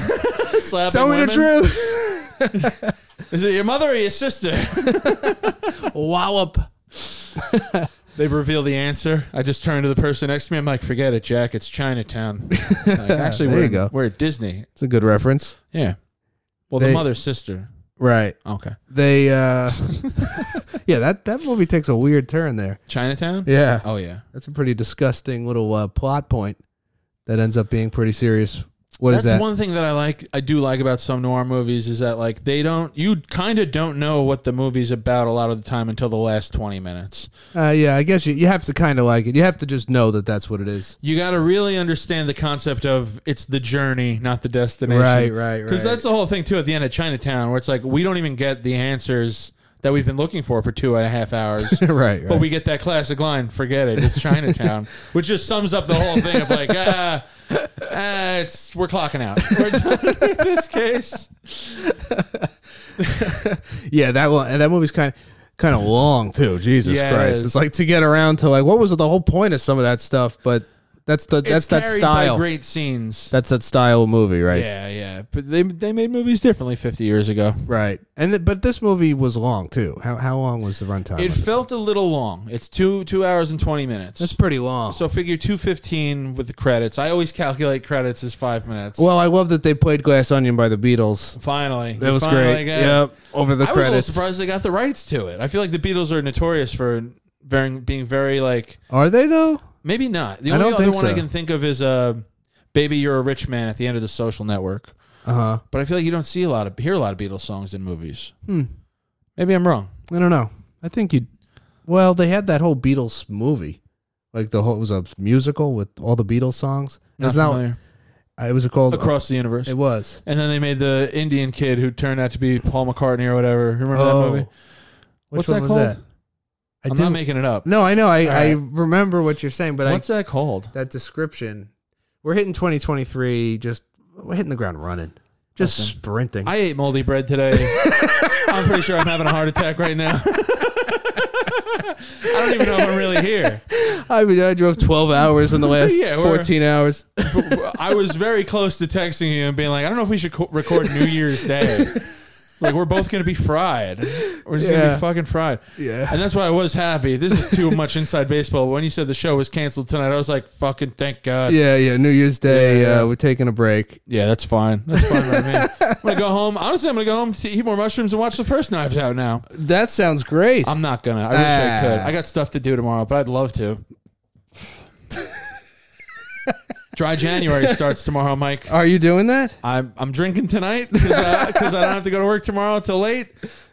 Slapping Tell me the women. truth. Is it your mother or your sister? Wallop. They reveal the answer. I just turn to the person next to me. I'm like, forget it, Jack. It's Chinatown. Like, actually, There we're, you in- go. we're at Disney. It's a good reference. Yeah. Well, They- the mother's sister. Right. Okay. They uh Yeah, that that movie takes a weird turn there. Chinatown? Yeah. Oh, yeah. That's a pretty disgusting little uh, plot point that ends up being pretty serious. What is That's that? one thing that I like. I do like about some noir movies is that like they don't. You kind of don't know what the movie's about a lot of the time until the last twenty minutes. uh, yeah, I guess you, you have to kind of like it. You have to just know that that's what it is. You got to really understand the concept of it's the journey, not the destination. Right, right, Because right. that's the whole thing too. At the end of Chinatown, where it's like we don't even get the answers that we've been looking for for two and a half hours. right, right. But we get that classic line, forget it, it's Chinatown, which just sums up the whole thing of like, ah, ah it's we're clocking out. We're done in this case. yeah, that one. and That movie's kind of kind of long too. Jesus Yeah, it Christ! is. it's like to get around to like what was the whole point of some of that stuff? But that's the that's It's that carried style. By great scenes. that's that style of movie, right? yeah, yeah. But they they made movies differently 50 years ago. Right. And th- but this movie was long too. How how long was the runtime? It on this? felt a little long. It's two two hours and 20 minutes. That's pretty long. so figure 215 with the credits. I always calculate credits as five minutes. well, I love that they played Glass Onion by the Beatles. finally. That was great. Finally got- Yep. Over the uh, I was a little credits. surprised they got the rights to it. I feel like the Beatles are notorious for very, being very like Are they though? maybe not. The I only don't other think one I so. can think of is uh, "Baby, You're a Rich Man" at the end of the Social Network. Uh huh. Hmm. But I feel like you don't see a lot of hear a lot of Beatles songs in movies. Maybe I'm wrong. I don't know. I think you. Well, they had that whole Beatles movie, like the whole it was a musical with all the Beatles songs. And Not It's not. uh, familiar. It was called. across the universe. It was. And then they made the Indian kid who turned out to be Paul McCartney or whatever. Remember that movie? Which What's one that was called? that? Oh, I I'm didn't- not making it up. No, I know. I, All I right. remember what you're saying, but I What's that called? that description. We're hitting 2023. Just we're hitting the ground running. Just Listen. sprinting. I ate moldy bread today. I'm pretty sure I'm having a heart attack right now. I don't even know if I'm really here. I mean, I drove 12 hours in the last Yeah, we're- 14 hours. I was very close to texting you and being like, I don't know if we should co- record New Year's Day. Like we're both gonna be fried. We're just gonna Yeah. be fucking fried. Yeah. And that's why I was happy. This is too much inside baseball. When you said the show was canceled tonight, I was like, fucking thank God. Yeah, yeah. New Year's Day. Yeah, yeah. Uh, we're taking a break. Yeah, that's fine. That's fine by me. I'm gonna go home. Honestly, I'm gonna go home to eat more mushrooms and watch the first Knives Out now. That sounds great. I'm not gonna. I wish I could. Ah. I got stuff to do tomorrow, but I'd love to. Dry January starts tomorrow, Mike. Are you doing that? I'm I'm drinking tonight because I, 'cause I don't have to go to work tomorrow till late.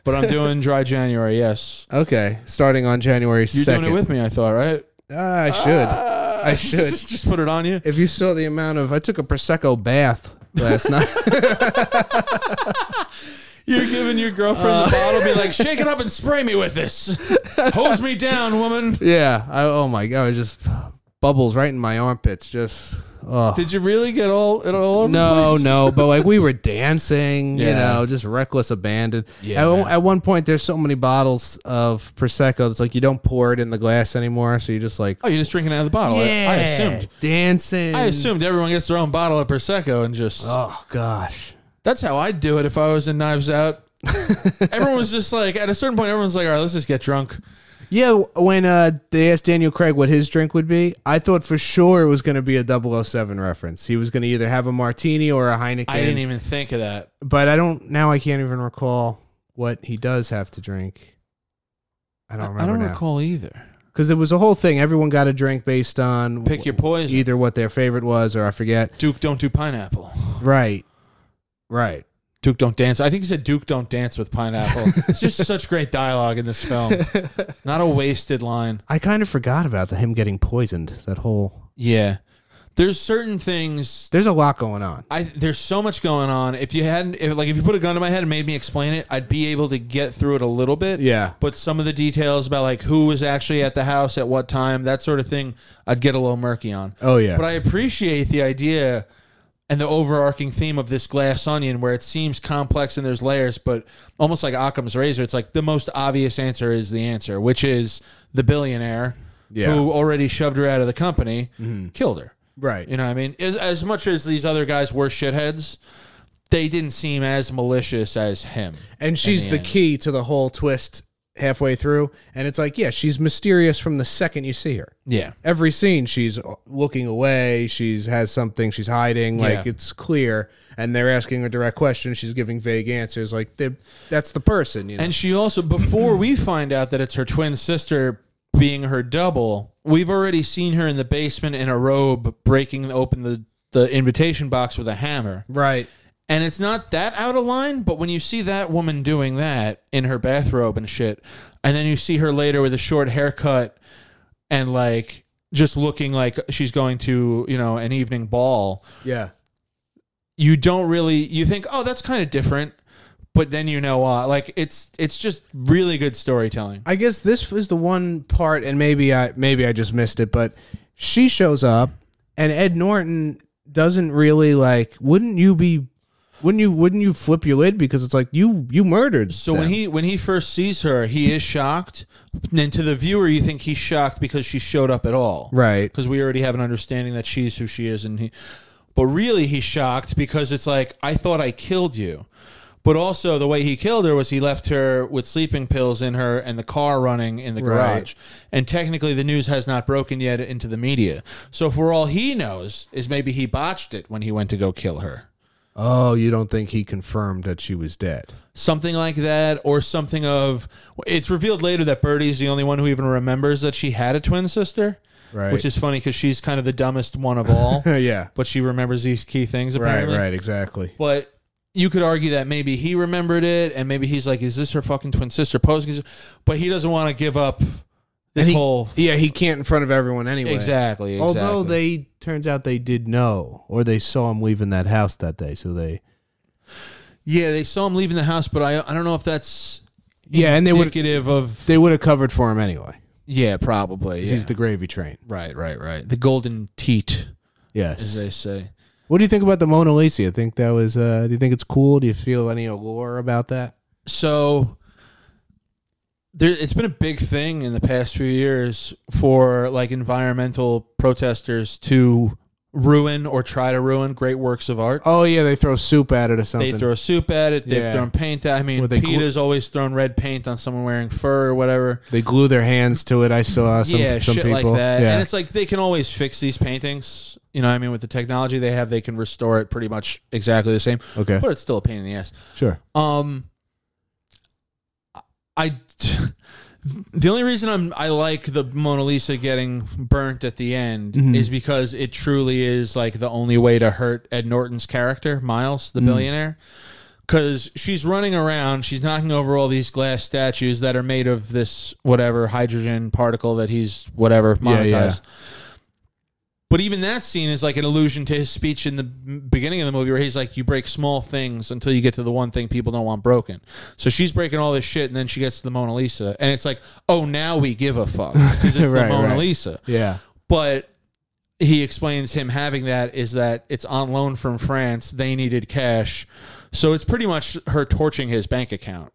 But I'm doing Dry January. Yes, Okay. Starting on January you're 2nd. doing it with me. I thought, right? Ah, I should. Uh, I should. just put it on you. If you saw the amount of, I took a prosecco bath last night. You're giving your girlfriend the bottle, be like, shake it up and spray me with this. Hose me down, woman. Yeah. I, oh my god, it just bubbles right in my armpits. Just oh. Did you really get all it all over the no, place? no, but like we were dancing, you Yeah. know, just reckless abandon. Yeah, At, one- man. at one point, there's so many bottles of prosecco that's like you don't pour it in the glass anymore, so you just like Oh, you're just drinking out of the bottle. I- I, assumed. dancing. I assumed everyone gets their own bottle of prosecco and just. Oh gosh. That's how I'd do it if I was in Knives Out. everyone was just like, at a certain point, everyone's like, all right, let's just get drunk. Yeah, w- when uh, they asked Daniel Craig what his drink would be, I thought for sure it was going to be a 007 reference. He was going to either have a martini or a Heineken. I didn't even think of that. but I don't now. I can't even recall what he does have to drink. I don't remember I don't now. recall either. because it was a whole thing. Everyone got a drink based on Pick your poison. either what their favorite was or I forget. Duke don't do pineapple. Right, right. Duke don't dance. I think he said Duke don't dance with pineapple. it's just such great dialogue in this film. Not a wasted line. I kind of forgot about the, him getting poisoned. That whole Yeah. There's certain things there's a lot going on. I there's so much going on. If you hadn't if, like if you put a gun to my head and made me explain it, I'd be able to get through it a little bit. Yeah. But some of the details about like who was actually at the house at what time, that sort of thing, I'd get a little murky on. Oh yeah, But I appreciate the idea and the overarching theme of this glass onion where it seems complex and there's layers, but almost like Occam's razor, it's like the most obvious answer is the answer, which is the billionaire Yeah. Mm-hmm. who already shoved her out of the company, killed her. right. You know what I mean? As, as much as these other guys were shitheads, they didn't seem as malicious as him. and she's the the end. key to the whole twist halfway through. And it's like, yeah, she's mysterious from the second you see her. Yeah. every scene she's looking away she's has something she's hiding like Yeah. it's clear and they're asking her direct questions she's giving vague answers like they- that's the person you know And she also, before we find out that it's her twin sister being her double, we've already seen her in the basement in a robe breaking open the, the invitation box with a hammer. right And it's not that out of line, but when you see that woman doing that in her bathrobe and shit, and then you see her later with a short haircut and like just looking like she's going to, you know, an evening ball, yeah you don't really you think, "Oh, that's kind of different." But then you know, uh, like it's it's just really good storytelling. i guess this was the one part and maybe i maybe i just missed it but she shows up and ed norton doesn't really like wouldn't you be wouldn't you wouldn't you flip your lid because it's like you you murdered So when he when he first sees her, he is shocked. And to the viewer, you think he's shocked because she showed up at all, right because we already have an understanding that she's who she is and he but really he's shocked because it's like i thought i killed you but also the way he killed her was he left her with sleeping pills in her and the car running in the Right. garage and technically the news has not broken yet into the media so for all he knows is maybe he botched it when he went to go kill her oh you don't think he confirmed that she was dead something like that or something of it's revealed later that bertie's the only one who even remembers that she had a twin sister Right. which is funny because she's kind of the dumbest one of all yeah but she remembers these key things right apparently. right exactly But you could argue that maybe he remembered it, and maybe he's like, "Is this her fucking twin sister posing?" But he doesn't want to give up this he, whole yeah, he can't in front of everyone anyway. exactly, exactly. Although they turns out they did know, or they saw him leaving that house that day, so they yeah, they saw him leaving the house, but I I don't know if that's Yeah, and they would indicative of they would have covered for him anyway. yeah, probably. 'cause Yeah. He's the gravy train. right, right, right. The golden teat, as Yes. they say. What do you think about the Mona Lisa? You think that was? Uh, do you think it's cool? Do you feel any allure about that? so there it's been a big thing in the past few years for like environmental protesters to ruin or try to ruin great works of art. Oh yeah, they throw soup at it or something. They throw soup at it. They've Yeah. thrown paint at. I mean, Where they glu- PETA's always thrown red paint on someone wearing fur or whatever. They glue their hands to it. I saw some yeah, some shit people. like that. Yeah. And it's like they can always fix these paintings. You know, what I mean, with the technology they have, they can restore it pretty much exactly the same. okay. But it's still a pain in the ass. Sure. Um, I the only reason I'm I like the Mona Lisa getting burnt at the end Mhm. is because it truly is like the only way to hurt Ed Norton's character, Miles, Mm-hmm. the billionaire. Because she's running around, she's knocking over all these glass statues that are made of this whatever hydrogen particle that he's whatever Yeah, monetized. yeah. But even that scene is like an allusion to his speech in the m- beginning of the movie where he's like, You break small things until you get to the one thing people don't want broken. So she's breaking all this shit and then she gets to the Mona Lisa. And it's like, Oh, now we give a fuck because it's Right, the Mona right. Lisa. Yeah. But he explains him having that is that it's on loan from France. They needed cash. So it's pretty much her torching his bank account.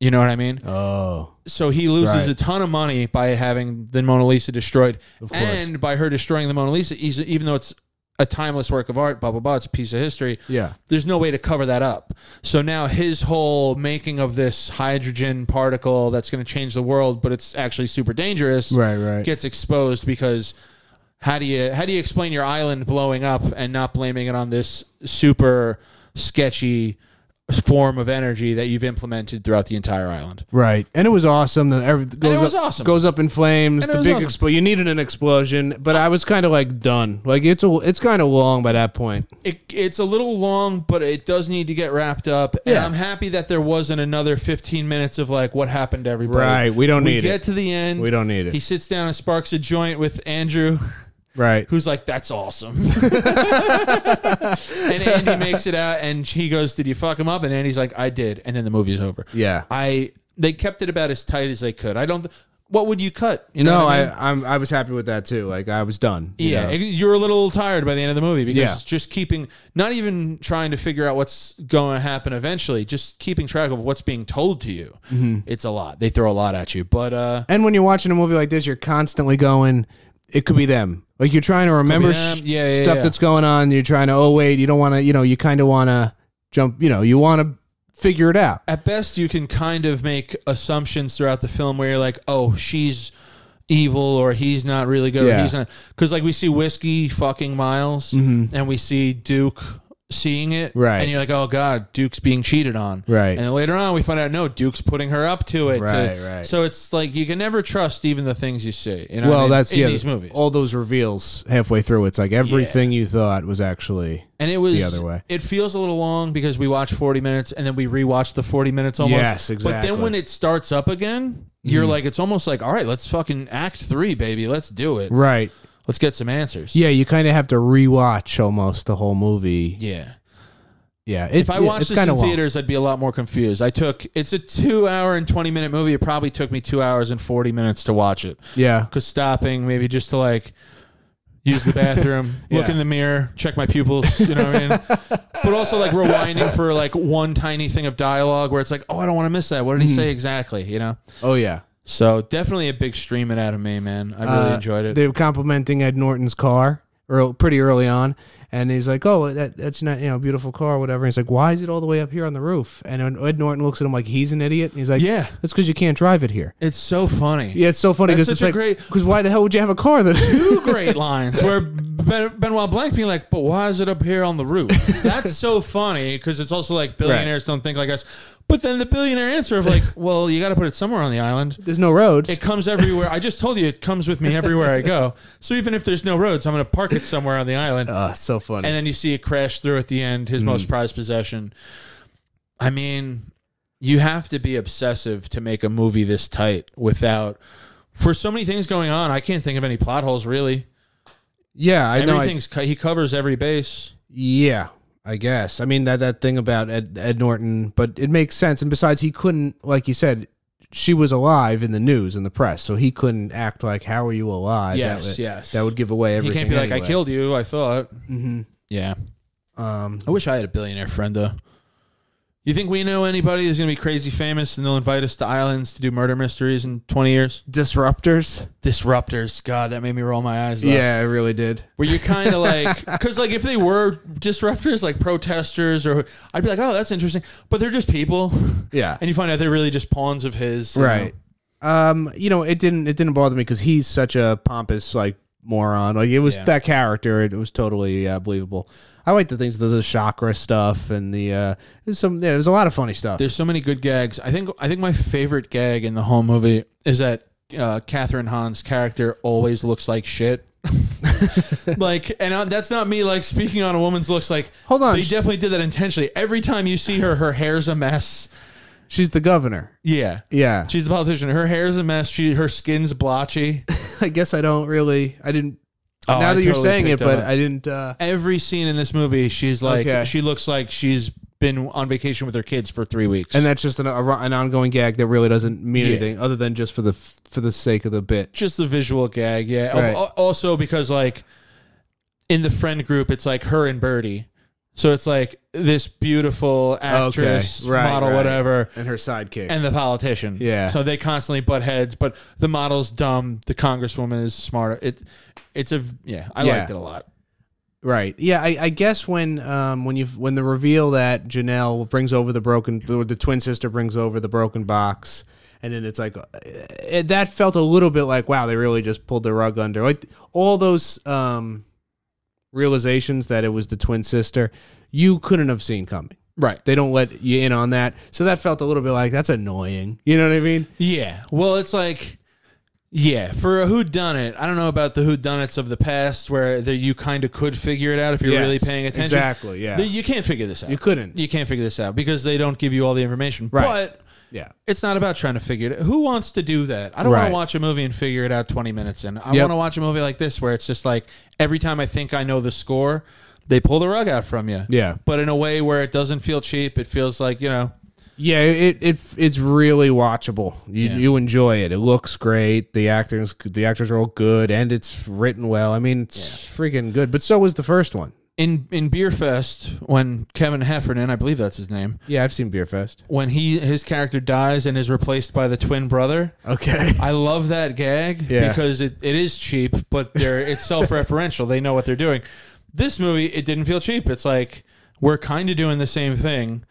You know what I mean? Oh. so he loses Right. a ton of money by having the Mona Lisa destroyed, course. and by her destroying the Mona Lisa, he's- even though it's a timeless work of art, blah blah blah, it's a piece of history. Yeah. There's no way to cover that up. So now his whole making of this hydrogen particle that's going to change the world, but it's actually super dangerous, Right. Right. gets exposed because how do you how do you explain your island blowing up and not blaming it on this super sketchy form of energy that you've implemented throughout the entire island? right. And it was awesome. That every, goes was up, awesome. Goes up in flames. And it the was big awesome. explosion. You needed an explosion, but I was kind of like done. Like it's a, it's kind of long by that point. it, it's a little long, but it does need to get wrapped up. And Yeah. I'm happy that there wasn't another 15 minutes of like what happened to everybody. Right, we don't we need get it. to the end. We don't need it. He sits down and sparks a joint with Andrew, Right. who's like, "That's awesome." and Andy makes it out, and he goes, "Did you fuck him up?" And Andy's like, "I did." And then the movie's over. Yeah. I they kept it about as tight as they could. I don't. What would you cut? You no, what I, mean? I'm I was happy with that too. Like I was done. you Yeah, know? it- you're a little tired by the end of the movie because Yeah. it's just keeping, not even trying to figure out what's going to happen eventually, just keeping track of what's being told to you. Mm-hmm. It's a lot. They throw a lot at you, but uh, And when you're watching a movie like this, you're constantly going, it could be them. Like you're trying to remember them. sh- Yeah, yeah, stuff yeah. that's going on. You're trying to, oh, wait, you don't want to, you know, you kind of want to jump, you know, you want to figure it out. at best you can kind of make assumptions throughout the film where you're like, oh, she's evil or he's not really good or Yeah. Mm-hmm. he's not because like we see whiskey fucking Miles and we see Duke seeing it Right. and you're like oh god duke's being cheated on Right. and then later on we find out no duke's putting her up to it to- Right, right. so it's like you can never trust even the things you see you know what I well, mean? that's, in yeah, these movies all those reveals halfway through. It's like everything you thought was actually, and it was the other way. It feels a little long because we watch 40 minutes and then we rewatch the 40 minutes almost. Yes, But then exactly. Mm-hmm. when it starts up again, you're like, it's almost like, all right, let's fucking act three, baby. Let's do it. right. Let's get some answers. Yeah, you kind of have to rewatch almost the whole movie. Yeah. Yeah. it- If I it- watched it's this in kinda long. theaters, I'd be a lot more confused. I took, it's a two hour and 20 minute movie. It probably took me two hours and 40 minutes to watch it. Yeah. Because stopping, maybe just to like use the bathroom, look Yeah. in the mirror, check my pupils, you know what I mean? But also like rewinding for like one tiny thing of dialogue where it's like, oh, I don't want to miss that. What Mm-hmm. did he say exactly? You know? Oh, yeah. So definitely a big streaming out of me, man. I really Uh, enjoyed it. They were complimenting Ed Norton's car earl pretty early on, and he's like, "Oh, that, that's not you know beautiful car, whatever." he's like, "Why is it all the way up here on the roof?" And then Ed Norton looks at him like he's an idiot. And he's like, Yeah. that's because you can't drive it here." It's so funny. Yeah, it's so funny That's because it's such like a great- because why the hell would you have a car that? Two great lines where B- ben, Benoit Blanc being like, but why is it up here on the roof? That's so funny because it's also like billionaires don't think like us. But then the billionaire answer of like, well, you got to put it somewhere on the island. There's no roads. It comes everywhere. I just told you it comes with me everywhere I go. So even if there's no roads, I'm going to park it somewhere on the island. Ah, so funny. And then you see it crash through at the end, his most prized possession. I mean, you have to be obsessive to make a movie this tight without. For so many things going on, I can't think of any plot holes really. yeah, I know. I- Everything's co- he covers every base. Yeah, I guess. I mean that that thing about Ed, Ed Norton, but it makes sense. And besides, he couldn't, like you said, she was alive in the news in the press, so he couldn't act like, "How are you alive?" Yes, that would, yes. That would give away He everything. can't be like, anyway. "I killed you." I thought. Mhm. Yeah, Um, I wish I had a billionaire friend though. You think we know anybody who's going to be crazy famous and they'll invite us to islands to do murder mysteries in 20 years? disruptors. Disruptors. God, that made me roll my eyes. though. Yeah, I really did. Where you kind of like, because like if they were disruptors, like protesters, or I'd be like, oh, that's interesting. But they're just people. Yeah. And you find out they're really just pawns of his. you know? right. Um, you know, it didn't it didn't bother me because he's such a pompous like moron. Like it was Yeah. that character. It was totally uh, believable. I like the things, the, the chakra stuff, and the uh, there's some. Yeah, there's a lot of funny stuff. There's so many good gags. I think I think my favorite gag in the whole movie is that uh, Catherine Hahn's character always looks like shit. like, and I, that's not me. Like speaking on a woman's looks. Like, Hold on, they sh- definitely did that intentionally. Every time you see her, her hair's a mess. She's the governor. Yeah, Yeah. she's the politician. Her hair's a mess. She her skin's blotchy. I guess I don't really. I didn't. Oh, now I that you're totally saying it, picked up but on- I didn't. Uh, every scene in this movie, she's like, Okay. she looks like she's been on vacation with her kids for three weeks. and that's just an, a, an ongoing gag that really doesn't mean Yeah. anything other than just for the f- for the sake of the bit. just the visual gag, yeah. Oh, Right. Al- Also because like in the friend group, it's like her and Birdie, so it's like this beautiful actress, right, model, right. whatever, And her sidekick. and the politician. Yeah. So they constantly butt heads, but the model's dumb, the congresswoman is smarter. It, it's a yeah. I Yeah. liked it a lot. right. Yeah. I, I guess when um when you when the reveal that Janelle brings over the broken or the twin sister brings over the broken box. And then it's like uh, it, that felt a little bit like wow they really just pulled the rug under like all those um, realizations that it was the twin sister you couldn't have seen coming Right. They don't let you in on that. So that felt a little bit like that's annoying. You know what I mean? Yeah. Well, it's like yeah, for a who done it. I don't know about the who done of the past where the, you kind of could figure it out if you're really Yes, paying attention. Exactly. Yeah. The- You can't figure this out. you couldn't. You can't figure this out because they don't give you all the information. Right. But yeah. it's not about trying to figure it out. Who wants to do that? I don't want Right. to watch a movie and figure it out 20 minutes in. I Yep. want to watch a movie like this where it's just like every time I think I know the score, they pull the rug out from you. Yeah. But in a way where it doesn't feel cheap, it feels like, you know, Yeah. It, it it's really watchable. You Yeah. you enjoy it. It looks great. The actors the actors are all good, and it's written well. I mean, it's freaking good. But so was the first one. in in Beerfest when Kevin Heffernan, I believe that's his name, Yeah, I've seen Beerfest. when he his character dies and is replaced by the twin brother. Okay. I love that gag Yeah. because it, it is cheap, but they're it's self referential. they know what they're doing. This movie, it didn't feel cheap. It's like we're kind of doing the same thing,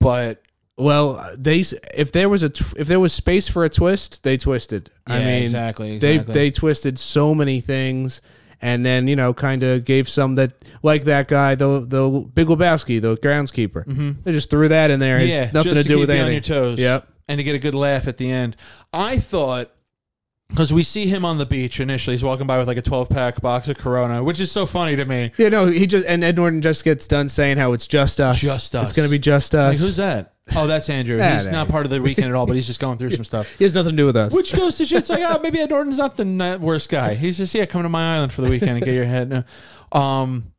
but Well, they s- if there was a tw- if there was space for a twist, they twisted. I Yeah, mean, exactly, They exactly. they twisted so many things, and then you know, kind of gave some that like that guy, the the Big Lebowski, the groundskeeper. They just threw that in there. It has Mm-hmm. yeah, nothing just to do keep with you anything. on your toes. Yep. and to get a good laugh at the end. I thought because we see him on the beach initially, he's walking by with like a twelve pack box of Corona, which is so funny to me. Yeah, no, he just and Ed Norton just gets done saying how it's just us. Just us. It's gonna be just us. Like, who's that? Oh, that's Andrew. Yeah, he's that not is. part of the weekend at all, but he's just going through some stuff. He has nothing to do with us. Which goes to shit. It's like, oh, maybe Ed Norton's not the ni- worst guy. He's just, yeah, come to my island for the weekend and get your head. No. Um,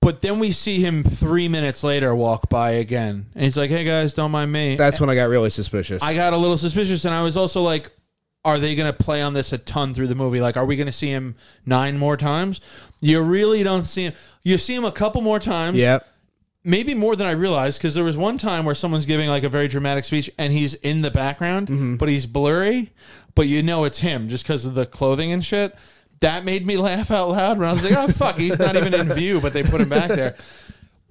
but then we see him three minutes later walk by again. And he's like, hey, guys, don't mind me. That's when I got really suspicious. I got a little suspicious, and I was also like, are they going to play on this a ton through the movie? Like, are we going to see him nine more times? You really don't see him. You see him a couple more times yep. maybe more than I realized because there was one time where someone's giving like a very dramatic speech and he's in the background, Mm-hmm. but he's blurry, but you know it's him just because of the clothing and shit. That made me laugh out loud when I was like, oh, fuck, he's not even in view, but they put him back there.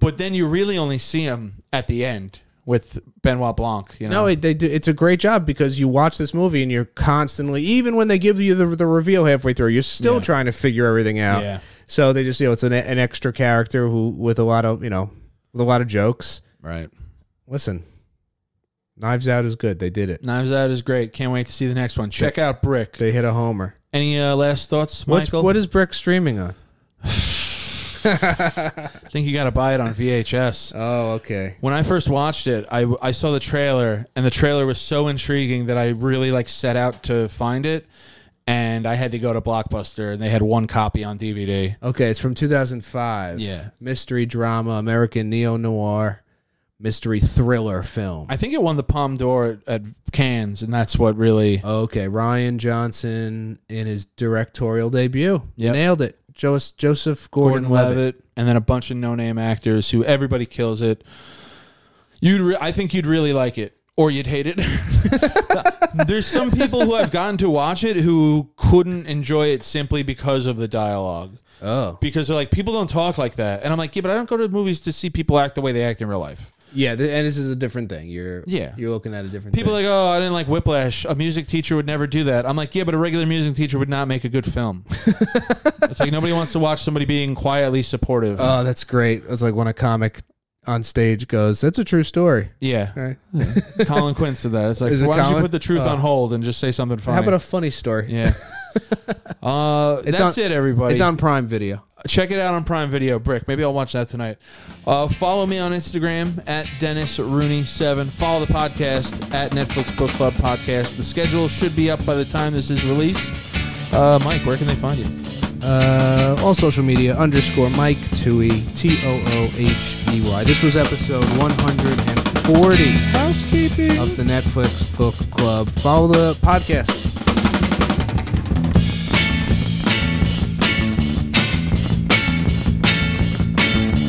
But then you really only see him at the end with Benoit Blanc. You know, No, it, they do, it's a great job because you watch this movie and you're constantly, even when they give you the, the reveal halfway through, you're still Yeah. trying to figure everything out. Yeah. So they just, you know, it's an, an extra character who with a lot of, you know, with a lot of jokes. right. Listen, Knives Out is good. They did it. Knives Out is great. Can't wait to see the next one. Check out Brick. They hit a homer. Any uh, last thoughts, What's, Michael? what is Brick streaming on? I think you got to buy it on VHS. Oh, okay. When I first watched it, I, I saw the trailer, and the trailer was so intriguing that I really like set out to find it, and I had to go to Blockbuster, and they had one copy on DVD. Okay, it's from 2005. Yeah. Mystery drama, American neo noir, mystery thriller film. I think it won the Palme d'Or at, at Cannes, and that's what really uh, Okay, Ryan Johnson in his directorial debut. You Yep. Nailed it. Jo- Joseph Gordon Levitt. Gordon-Levitt, and then a bunch of no-name actors who everybody kills it. You'd, re- I think you'd really like it, or you'd hate it. There's some people who I've gotten to watch it who couldn't enjoy it simply because of the dialogue. Oh. Because they're like, people don't talk like that, and I'm like, yeah, but I don't go to movies to see people act the way they act in real life. Yeah, th- and this is a different thing. You're Yeah. you're looking at a different People are thing. like, oh, I didn't like Whiplash. A music teacher would never do that. I'm like, yeah, but a regular music teacher would not make a good film. it's like nobody wants to watch somebody being quietly supportive. Oh, that's great. It's like when a comic on stage goes, That's a true story. yeah. Right. Colin Quinn said that. It's like, Is it why don't you Colin? put the truth Oh. on hold and just say something funny? How about a funny story? yeah. uh, It's that's on- it, everybody. It's on Prime Video. Check it out on Prime Video, Brick. Maybe I'll watch that tonight. Uh, follow me on Instagram at Dennis Rooney7. Follow the podcast at Netflix Book Club Podcast. The schedule should be up by the time this is released. Uh, Mike, where can they find you? Uh, all social media underscore Mike Toohey, T O O H E Y. This was episode 140 Housekeeping. of the Netflix Book Club. Follow the podcast In Brick, they.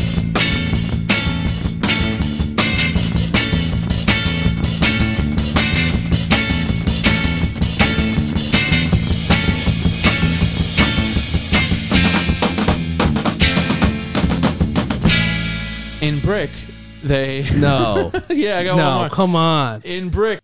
No. yeah, I got one no, more. come on. In Brick,